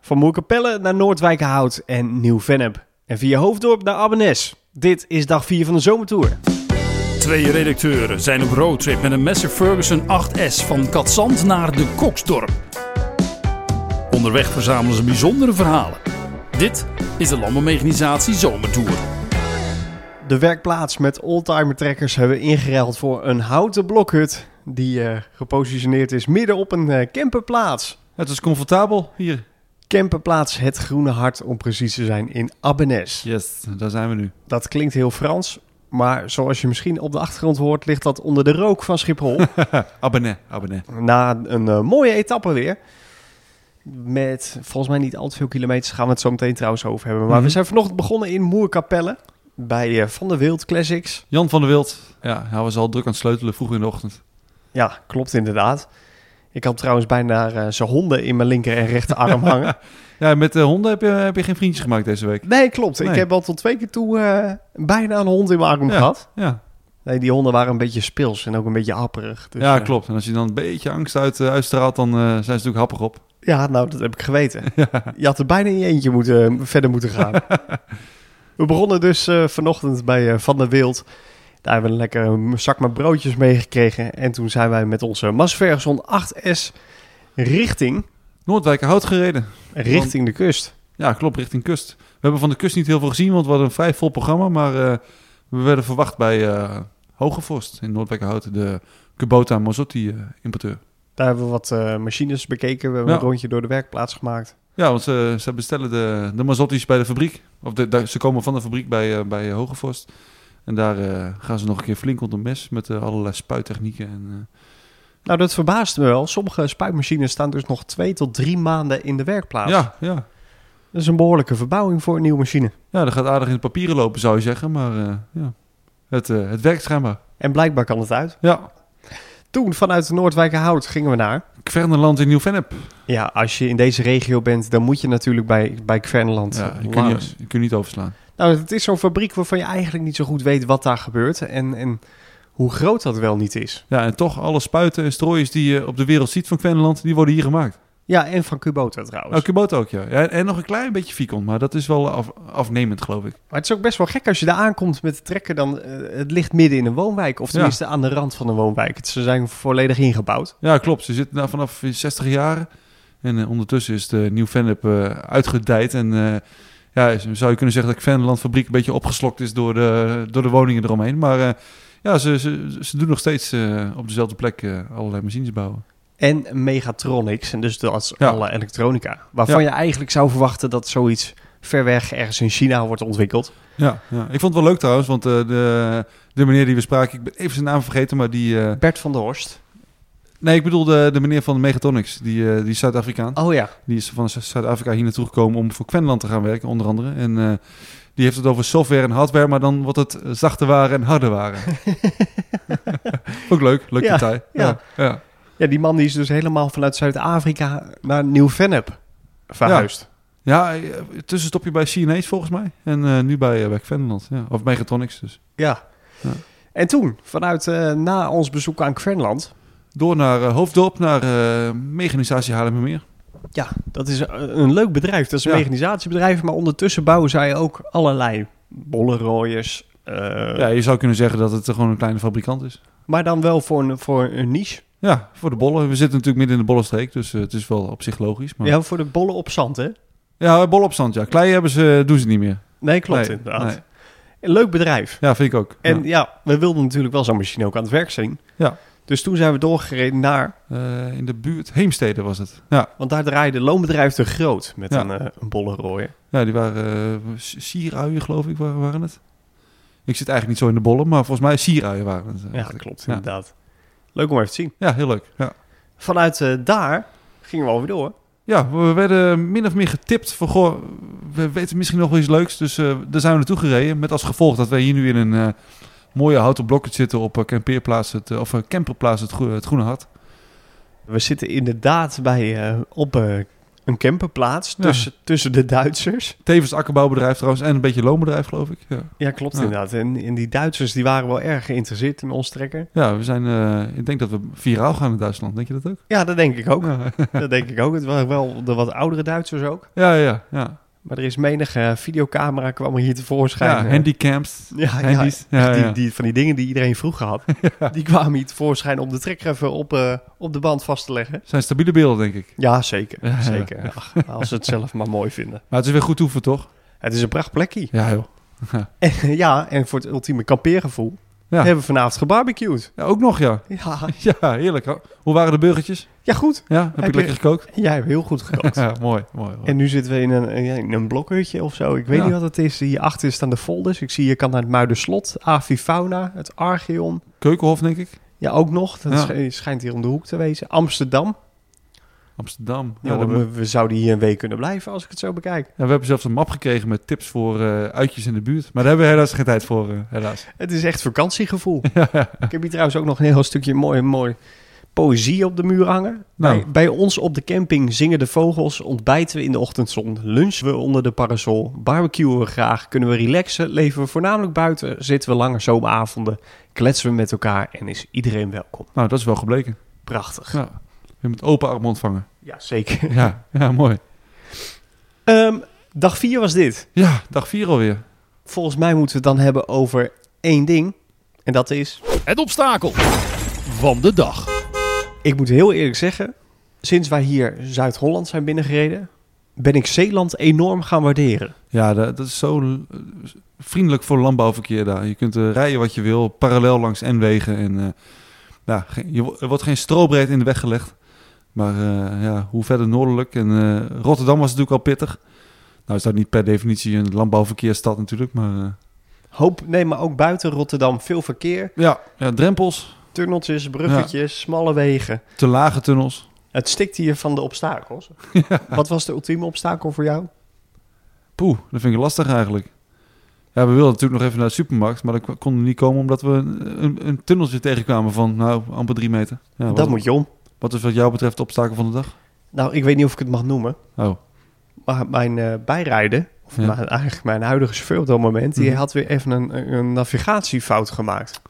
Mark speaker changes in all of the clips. Speaker 1: Van Moerkapelle naar Noordwijkerhout en Nieuw-Vennep. En via Hoofddorp naar Abbenes. Dit is dag 4 van de zomertour.
Speaker 2: Twee redacteuren zijn op roadtrip met een Messer Ferguson 8S van Katzand naar de Koksdorp. Onderweg verzamelen ze bijzondere verhalen. Dit is de Landbouwmechanisatie Zomertour.
Speaker 1: De werkplaats met oldtimer trekkers hebben we ingeruild voor een houten blokhut. Die eh, gepositioneerd is midden op een eh, camperplaats.
Speaker 3: Het is comfortabel hier.
Speaker 1: Camperplaats Het Groene Hart om precies te zijn in Abbenes.
Speaker 3: Yes, daar zijn we nu.
Speaker 1: Dat klinkt heel Frans, maar zoals je misschien op de achtergrond hoort, ligt dat onder de rook van Schiphol.
Speaker 3: Abonnee, abonnee.
Speaker 1: Na een eh, mooie etappe weer. Met volgens mij niet al te veel kilometers gaan we het zo meteen trouwens over hebben. Maar we
Speaker 3: Mhm.
Speaker 1: zijn vanochtend begonnen in Moerkapelle bij eh, Van der Wild Classics.
Speaker 3: Jan van der Wild. Ja, hij was al druk aan het sleutelen vroeg in de ochtend.
Speaker 1: Ja, klopt inderdaad. Ik had trouwens bijna eh, zijn honden in mijn linker en rechterarm hangen.
Speaker 3: Ja, met de honden heb je, heb je geen vriendjes gemaakt deze week.
Speaker 1: Nee, klopt. Ik
Speaker 3: Nee.
Speaker 1: heb al tot twee keer toe eh, bijna een hond in mijn arm
Speaker 3: Ja.
Speaker 1: gehad.
Speaker 3: Ja,
Speaker 1: Nee, die honden waren een beetje speels en ook een beetje happerig. Dus,
Speaker 3: ja
Speaker 1: eh,
Speaker 3: klopt. En als je dan een beetje angst uit, eh, uitstraalt, dan eh, zijn ze natuurlijk happig op.
Speaker 1: Ja, nou, dat heb ik geweten. Je had er bijna in je eentje moeten, verder moeten gaan. We begonnen dus eh, vanochtend bij eh, Van der Wild. Daar hebben we een lekker een zak met broodjes meegekregen. En toen zijn wij met onze Mas Ferguson 8S richting,
Speaker 3: Noordwijk hout gereden.
Speaker 1: richting de kust.
Speaker 3: Ja, klopt, richting kust. We hebben van de kust niet heel veel gezien, want we hadden een vrij vol programma. Maar eh, we werden verwacht bij eh Hogevorst in Noordwijkerhout, de Kubota Mazotti eh, importeur.
Speaker 1: Daar hebben we wat eh, machines bekeken. We hebben
Speaker 3: Ja.
Speaker 1: een rondje door de werkplaats gemaakt.
Speaker 3: Ja, want ze, ze bestellen de, de Mazotti's bij de fabriek. Of de, daar- ze komen van de fabriek bij, eh, bij Hogevorst. En daar eh, gaan ze nog een keer flink onder mes met eh, allerlei spuittechnieken. En, eh,
Speaker 1: Nou, dat verbaast me wel. Sommige spuitmachines staan dus nog twee tot drie maanden in de werkplaats.
Speaker 3: ja, ja.
Speaker 1: Dat is een behoorlijke verbouwing voor een nieuwe machine.
Speaker 3: ja, dat gaat aardig in de papieren lopen, zou je zeggen. Maar eh, ja, het, eh, het werkt schijnbaar.
Speaker 1: En blijkbaar kan het uit.
Speaker 3: Ja,
Speaker 1: Toen vanuit Noordwijkerhout gingen we naar...
Speaker 3: Kverneland in Nieuw-Vennep.
Speaker 1: Ja, als je in deze regio bent, dan moet je natuurlijk bij, bij Kverneland.
Speaker 3: Ja, je kunt
Speaker 1: langs.
Speaker 3: je, je kunt niet overslaan.
Speaker 1: Nou, het is zo'n fabriek waarvan je eigenlijk niet zo goed weet wat daar gebeurt en, en hoe groot dat wel niet is.
Speaker 3: Ja, en toch alle spuiten en strooiers die je op de wereld ziet van Kwenneland, die worden hier gemaakt.
Speaker 1: Ja, en van Kubota trouwens.
Speaker 3: Nou, Kubota ook, ja. ja. En nog een klein beetje Vicon, maar dat is wel af- afnemend, geloof ik.
Speaker 1: Maar het is ook best wel gek als je daar aankomt met de trekker, dan eh, het ligt midden in een woonwijk. Of tenminste aan de rand van een woonwijk. Het- Ze zijn volledig ingebouwd.
Speaker 3: Ja, klopt. Ze zitten daar vanaf 60 jaren. En eh, ondertussen is de nieuw Vennep eh, uitgedijd. En eh, ja, is- zou je kunnen zeggen dat Kwenneland fabriek een beetje opgeslokt is door de, door de woningen eromheen. Maar eh, ja, ze, ze, ze doen nog steeds eh, op dezelfde plek eh, allerlei machines bouwen.
Speaker 1: En megatronics, en dus dat is
Speaker 3: Ja.
Speaker 1: alle elektronica. Waarvan je eigenlijk zou verwachten dat zoiets ver weg ergens in China wordt ontwikkeld.
Speaker 3: Ja, ja. ik vond het wel leuk trouwens, want eh, de, de meneer die we spraken, ik ben even zijn naam vergeten, maar die... eh,
Speaker 1: Bert van der Horst.
Speaker 3: Nee, ik bedoel de, de meneer van de Megatonics, die, eh, die is Zuid-Afrikaan.
Speaker 1: Oh ja,
Speaker 3: Die is van Zu- Zuid-Afrika hier naartoe gekomen om voor Quenland te gaan werken, onder andere. En eh, die heeft het over software en hardware, maar dan wordt het eh, zachte waren en harde waren. Ook leuk, leuk
Speaker 1: Ja,
Speaker 3: detail.
Speaker 1: ja.
Speaker 3: ja. ja.
Speaker 1: Ja, die man die is dus helemaal vanuit Zuid-Afrika naar Nieuw-Vennep verhuisd.
Speaker 3: Ja, eh, tussenstopje bij Chinese volgens mij. En eh, nu bij, eh bij Quenland, ja. Of Megatonics dus.
Speaker 1: Ja.
Speaker 3: Ja.
Speaker 1: En toen, vanuit eh, na ons bezoek aan Kvenland.
Speaker 3: Door naar eh, Hoofddorp, naar eh, Mechanisatie Haarlemmermeer.
Speaker 1: Ja, dat is eh, een leuk bedrijf. Dat is een
Speaker 3: Ja.
Speaker 1: mechanisatiebedrijf. Maar ondertussen bouwen zij ook allerlei bollenrooiers. eh,
Speaker 3: Ja, je zou kunnen zeggen dat het eh, gewoon een kleine fabrikant is.
Speaker 1: Maar dan wel voor een, voor een niche.
Speaker 3: Ja, voor de bollen. We zitten natuurlijk midden in de bollenstreek, dus eh, het is wel op zich logisch. Maar...
Speaker 1: Ja, voor de bollen op zand, hè?
Speaker 3: Ja, bol op zand, ja. Klei hebben ze, doen ze niet meer.
Speaker 1: Nee, klopt
Speaker 3: Nee,
Speaker 1: inderdaad.
Speaker 3: nee.
Speaker 1: Een leuk bedrijf.
Speaker 3: Ja, vind ik ook.
Speaker 1: En
Speaker 3: Ja.
Speaker 1: ja. we wilden natuurlijk wel zo'n machine ook aan het werk zien.
Speaker 3: Ja.
Speaker 1: Dus toen zijn we doorgereden naar
Speaker 3: Eh, in de buurt, Heemstede was het. Ja,
Speaker 1: Want daar draaide loonbedrijf te groot met
Speaker 3: Ja.
Speaker 1: een, eh een bollenrooier.
Speaker 3: ja die waren eh, s- sieruien, geloof ik, waren, waren het. Ik zit eigenlijk niet zo in de bollen, maar volgens mij sieruien waren het.
Speaker 1: Ja, klopt
Speaker 3: Ja.
Speaker 1: inderdaad. Leuk om even te zien.
Speaker 3: Ja, heel leuk. Ja.
Speaker 1: Vanuit eh, daar gingen we alweer door.
Speaker 3: ja, we werden min of meer getipt van, goh, we weten misschien nog wel iets leuks. Dus eh, daar zijn we naartoe gereden. Met als gevolg dat wij hier nu in een eh, mooie houten blokket zitten op eh, campeerplaats, het, eh, of eh, camperplaats het, Groe- het Groene Hart.
Speaker 1: We zitten inderdaad bij, eh, op eh een camperplaats
Speaker 3: Ja.
Speaker 1: tussen, tussen de Duitsers.
Speaker 3: Tevens akkerbouwbedrijf trouwens en een beetje loonbedrijf geloof ik. Ja,
Speaker 1: Ja, klopt
Speaker 3: Ja.
Speaker 1: inderdaad. En, en die Duitsers die waren wel erg geïnteresseerd in ons trekker.
Speaker 3: ja we zijn, eh, ik denk dat we viraal gaan in Duitsland. Denk je dat ook?
Speaker 1: Ja, dat denk ik ook.
Speaker 3: Ja,
Speaker 1: Dat denk ik ook. Het waren wel de wat oudere Duitsers ook.
Speaker 3: ja, ja. ja.
Speaker 1: Maar er is menige videocamera kwam hier tevoorschijn.
Speaker 3: ja
Speaker 1: Eh,
Speaker 3: handicams.
Speaker 1: Ja, ja,
Speaker 3: handies. Ja, ja.
Speaker 1: Die, die, van die dingen die iedereen vroeger had. Die kwamen hier tevoorschijn om de trekker even op, eh, op de band vast te leggen.
Speaker 3: Zijn stabiele beelden denk ik.
Speaker 1: Ja, zeker.
Speaker 3: Ja, ja.
Speaker 1: zeker. Ach, als ze het zelf maar mooi vinden.
Speaker 3: Maar het is weer goed oefen toch?
Speaker 1: Het is een prachtplekje.
Speaker 3: Ja joh.
Speaker 1: En, eh, ja, en voor het ultieme kampeergevoel
Speaker 3: Ja.
Speaker 1: hebben we vanavond gebarbecued.
Speaker 3: Ja, ook nog ja.
Speaker 1: Ja,
Speaker 3: Ja, heerlijk. Hoe waren de burgertjes?
Speaker 1: ja goed.
Speaker 3: Ja, heb,
Speaker 1: Heb
Speaker 3: ik
Speaker 1: je-
Speaker 3: lekker gekookt?
Speaker 1: Jij hebt heel goed gekookt.
Speaker 3: Ja, mooi, mooi. mooi.
Speaker 1: En nu zitten we in een, eh, ja, in een blokhutje of zo. Ik weet
Speaker 3: Ja.
Speaker 1: niet wat het is. Hierachter staan de folders. Ik zie je kan naar het Muiderslot, Avifauna, het Archeon.
Speaker 3: Keukenhof denk ik.
Speaker 1: Ja, ook nog. Dat
Speaker 3: Ja.
Speaker 1: sch- schijnt hier om de hoek te wezen. Amsterdam.
Speaker 3: Amsterdam.
Speaker 1: Ja,
Speaker 3: Nou, we,
Speaker 1: dan
Speaker 3: hebben,
Speaker 1: moeten we, we zouden hier een week kunnen blijven als ik het zo bekijk.
Speaker 3: ja, we hebben zelfs een map gekregen met tips voor eh, uitjes in de buurt. Maar daar hebben we helaas geen tijd voor, eh, helaas.
Speaker 1: Het is echt vakantiegevoel. Ik heb hier trouwens ook nog een heel stukje mooi, mooi poëzie op de muur hangen.
Speaker 3: Nou.
Speaker 1: Bij, bij ons op de camping zingen de vogels, ontbijten we in de ochtendzon, lunchen we onder de parasol, barbecuen we graag, kunnen we relaxen, leven we voornamelijk buiten, zitten we lange zomeravonden, kletsen we met elkaar en is iedereen welkom.
Speaker 3: Nou, dat is wel gebleken.
Speaker 1: Prachtig.
Speaker 3: Ja. Je moet open armen ontvangen.
Speaker 1: Ja, zeker.
Speaker 3: Ja, ja mooi.
Speaker 1: Ehm, dag 4 was dit.
Speaker 3: Ja, dag 4 alweer.
Speaker 1: Volgens mij moeten we het dan hebben over één ding. En dat is,
Speaker 2: Het obstakel van de dag.
Speaker 1: ik moet heel eerlijk zeggen, sinds wij hier Zuid-Holland zijn binnengereden, ben ik Zeeland enorm gaan waarderen.
Speaker 3: Ja, dat, dat is zo eh, vriendelijk voor landbouwverkeer daar. Je kunt eh, rijden wat je wil, parallel langs N-wegen. En, eh, ja, geen- je, wo- er wordt geen strobreed in de weg gelegd. Maar eh, ja, hoe verder noordelijk. En eh, Rotterdam was natuurlijk al pittig. Nou is dat niet per definitie een landbouwverkeersstad natuurlijk. Maar eh,
Speaker 1: Hoop, nee, maar ook buiten Rotterdam veel verkeer.
Speaker 3: ja, ja, drempels,
Speaker 1: Tunneltjes, bruggetjes, smalle wegen.
Speaker 3: te lage tunnels.
Speaker 1: Het stikt hier van de obstakels. Wat was de ultieme obstakel voor jou?
Speaker 3: Poeh, dat vind ik lastig eigenlijk. Ja, we wilden natuurlijk nog even naar de supermarkt. Maar dat k- kon er niet komen omdat we een, een, een tunneltje tegenkwamen van nou, amper drie meter. Ja,
Speaker 1: dat
Speaker 3: wat,
Speaker 1: moet je om.
Speaker 3: wat is wat jou betreft de obstakel van de dag?
Speaker 1: Nou, ik weet niet of ik het mag noemen.
Speaker 3: Oh.
Speaker 1: Maar mijn eh bijrijden, of
Speaker 3: Ja.
Speaker 1: mijn- eigenlijk mijn huidige chauffeur op dat moment... die
Speaker 3: Mhm.
Speaker 1: had weer even een, een navigatiefout gemaakt.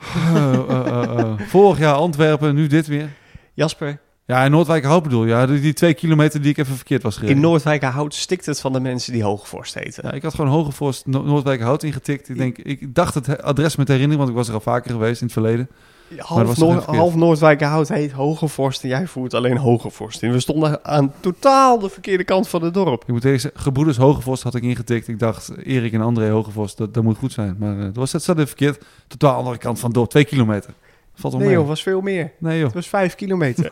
Speaker 3: Oh, oh, oh, oh. Vorig jaar Antwerpen, nu dit weer.
Speaker 1: Jasper,
Speaker 3: Ja, in Noordwijk-Hout bedoel je. Ja, die, die twee kilometer die ik even verkeerd was gereden.
Speaker 1: in Noordwijkerhout stikt het van de mensen die Hoogvorst heten.
Speaker 3: ja, ik had gewoon Hogevorst no Noordwijk-Hout ingetikt. Ik, denk, ik dacht het he- adres met herinnering, want ik was er al vaker geweest in het verleden. dat
Speaker 1: Half,
Speaker 3: was toch
Speaker 1: Noor-
Speaker 3: even verkeerd?
Speaker 1: half Noordwijkerhout heet Hogevorst en jij voert alleen Hogevorst. in. we stonden aan totaal de verkeerde kant van het dorp.
Speaker 3: Ik moet eerlijk zeggen, Gebroeders Hogevorst had ik ingetikt. Ik dacht, Erik en André Hogevorst, dat, dat moet goed zijn. Maar eh, dat was dat zat even verkeerd. Totaal andere kant van het dorp, twee kilometer. Valt wel
Speaker 1: Nee
Speaker 3: mee.
Speaker 1: joh, was veel meer.
Speaker 3: Nee joh.
Speaker 1: Het was vijf kilometer.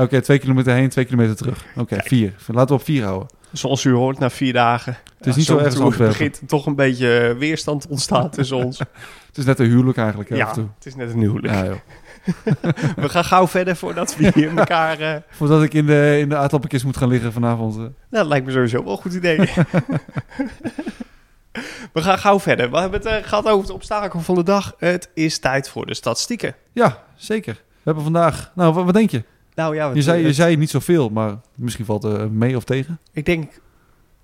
Speaker 3: Oké, twee kilometer heen, twee kilometer terug. Oké, vier. Laten we op vier houden.
Speaker 1: Zoals u hoort, na vier dagen.
Speaker 3: Het is niet zo erg als
Speaker 1: Er
Speaker 3: Antwerpen.
Speaker 1: begint toch een beetje eh, weerstand te ontstaan tussen ons.
Speaker 3: Het is net een huwelijk eigenlijk. hè, af
Speaker 1: ja,
Speaker 3: en toe.
Speaker 1: het is net een huwelijk.
Speaker 3: Ja, joh.
Speaker 1: We gaan gauw verder voordat we hier elkaar... eh,
Speaker 3: Voordat ik in de, in de aardappelkist moet gaan liggen vanavond. eh.
Speaker 1: nou, dat lijkt me sowieso wel een goed idee. we gaan gauw verder. We hebben het eh, gehad over het obstakel van de dag. Het is tijd voor de statistieken.
Speaker 3: Ja, zeker. We hebben vandaag... Nou, wat, wat denk je?
Speaker 1: Nou ja,
Speaker 3: Je zei, je zei niet zoveel, maar misschien valt er mee of tegen.
Speaker 1: ik denk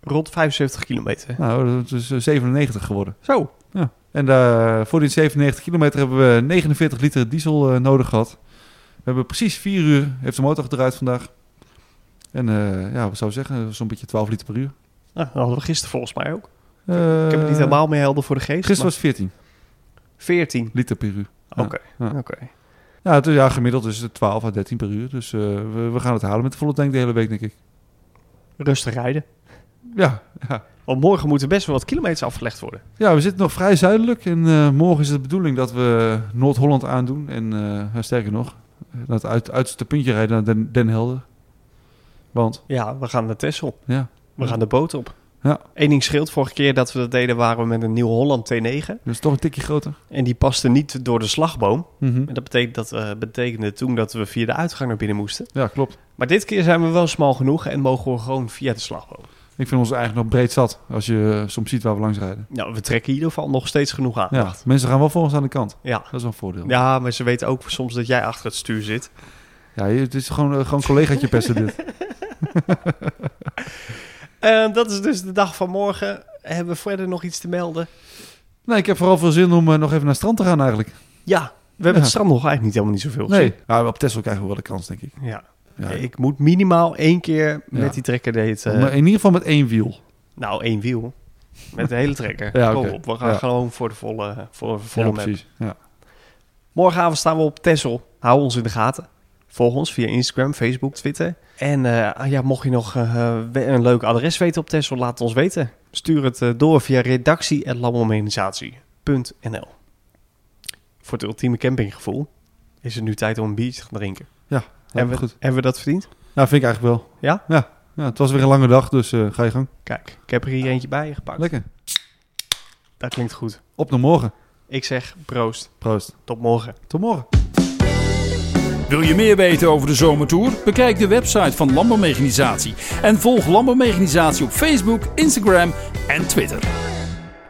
Speaker 1: rond 75 kilometer.
Speaker 3: Nou, het is eh, 97 geworden.
Speaker 1: Zo,
Speaker 3: En eh, voor die 97 kilometer hebben we 49 liter diesel eh, nodig gehad. We hebben precies 4 uur, heeft de motor gedraaid vandaag. En eh, ja, wat zou ik zeggen? Zo'n beetje 12 liter per uur.
Speaker 1: nou, dat hadden we gisteren volgens mij ook.
Speaker 3: Eh,
Speaker 1: Ik heb het niet helemaal meer helder voor de geest.
Speaker 3: Gisteren
Speaker 1: maar
Speaker 3: was 14
Speaker 1: 14.
Speaker 3: liter per uur.
Speaker 1: Oké,
Speaker 3: Ja.
Speaker 1: oké.
Speaker 3: Ja, het, is- ja gemiddeld is het 12 à 13 per uur. Dus eh, we, we gaan het halen met de volle tank de hele week, denk ik.
Speaker 1: Rustig rijden.
Speaker 3: Ja, ja.
Speaker 1: Want morgen moeten best wel wat kilometers afgelegd worden.
Speaker 3: Ja, we zitten nog vrij zuidelijk en eh, morgen is het de bedoeling dat we Noord-Holland aandoen. En eh, ja, sterker nog, naar het uit, uiterste puntje rijden naar Den, Den Helder. Want,
Speaker 1: Ja, we gaan naar Texel.
Speaker 3: ja,
Speaker 1: We gaan de boot op.
Speaker 3: Ja.
Speaker 1: Eén ding scheelt, vorige keer dat we dat deden waren we met een Nieuw-Holland T9.
Speaker 3: dat is toch een tikje groter.
Speaker 1: En die paste niet door de slagboom.
Speaker 3: Mhm.
Speaker 1: En dat betekent dat, eh, betekende toen dat we via de uitgang naar binnen moesten.
Speaker 3: Ja, klopt.
Speaker 1: Maar dit keer zijn we wel smal genoeg en mogen we gewoon via de slagboom.
Speaker 3: Ik vind ons eigenlijk nog breed zat als je eh, soms ziet waar we langs rijden.
Speaker 1: Nou, we trekken in ieder geval nog steeds genoeg
Speaker 3: Ja,
Speaker 1: aandacht.
Speaker 3: mensen gaan wel voor ons aan de kant.
Speaker 1: Ja.
Speaker 3: Dat is wel een voordeel.
Speaker 1: Ja. maar ze weten ook soms dat jij achter het stuur zit.
Speaker 3: Ja, je- het is gewoon, eh, gewoon collegaatje pesten dit.
Speaker 1: Eh, dat is dus de dag van morgen. Hebben we verder nog iets te melden?
Speaker 3: Nee, ik heb vooral veel zin om eh, nog even naar het strand te gaan eigenlijk.
Speaker 1: Ja, we hebben
Speaker 3: Ja.
Speaker 1: het strand nog eigenlijk niet helemaal niet zoveel
Speaker 3: Nee, maar op Tesla krijgen we wel de kans, denk ik.
Speaker 1: gezien. Ja.
Speaker 3: Ja.
Speaker 1: Ik moet minimaal één keer met
Speaker 3: Ja.
Speaker 1: die trekker deed. eh,
Speaker 3: Om, eh, in ieder geval met één wiel.
Speaker 1: nou, één wiel. Met de hele trekker.
Speaker 3: Ja,
Speaker 1: Kom
Speaker 3: oké.
Speaker 1: op, we gaan
Speaker 3: Ja.
Speaker 1: gewoon voor de volle, voor de volle
Speaker 3: Ja,
Speaker 1: map.
Speaker 3: precies. Ja.
Speaker 1: Morgenavond staan we op Tessel. Hou ons in de gaten. Volg ons via Instagram, Facebook, Twitter. En eh, ah ja, mocht je nog eh, eh, we- een leuk adres weten op Tessel, laat het ons weten. Stuur het eh, door via redactie.lamorganisatie.nl Voor het ultieme campinggevoel is het nu tijd om een biertje te gaan drinken. hebben,
Speaker 3: Ja, nou,
Speaker 1: we,
Speaker 3: goed.
Speaker 1: hebben we dat verdiend?
Speaker 3: Ja, vind ik eigenlijk wel.
Speaker 1: Ja?
Speaker 3: Ja. Ja, het was weer een lange dag, dus eh, ga je gang.
Speaker 1: Kijk, ik heb er hier eentje bij je gepakt.
Speaker 3: Lekker.
Speaker 1: Dat klinkt goed.
Speaker 3: Op naar morgen.
Speaker 1: Ik zeg proost.
Speaker 3: Proost.
Speaker 1: Tot morgen.
Speaker 3: Tot morgen.
Speaker 2: Wil je meer weten over de zomertour? Bekijk de website van Landbouwmechanisatie en volg Landbouwmechanisatie op Facebook, Instagram en Twitter.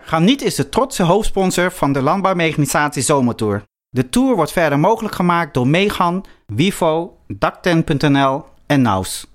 Speaker 4: Garniet is de trotse hoofdsponsor van de Landbouwmechanisatie Zomertour. De tour wordt verder mogelijk gemaakt door Megan, Wivo, Dakten.nl en Naus.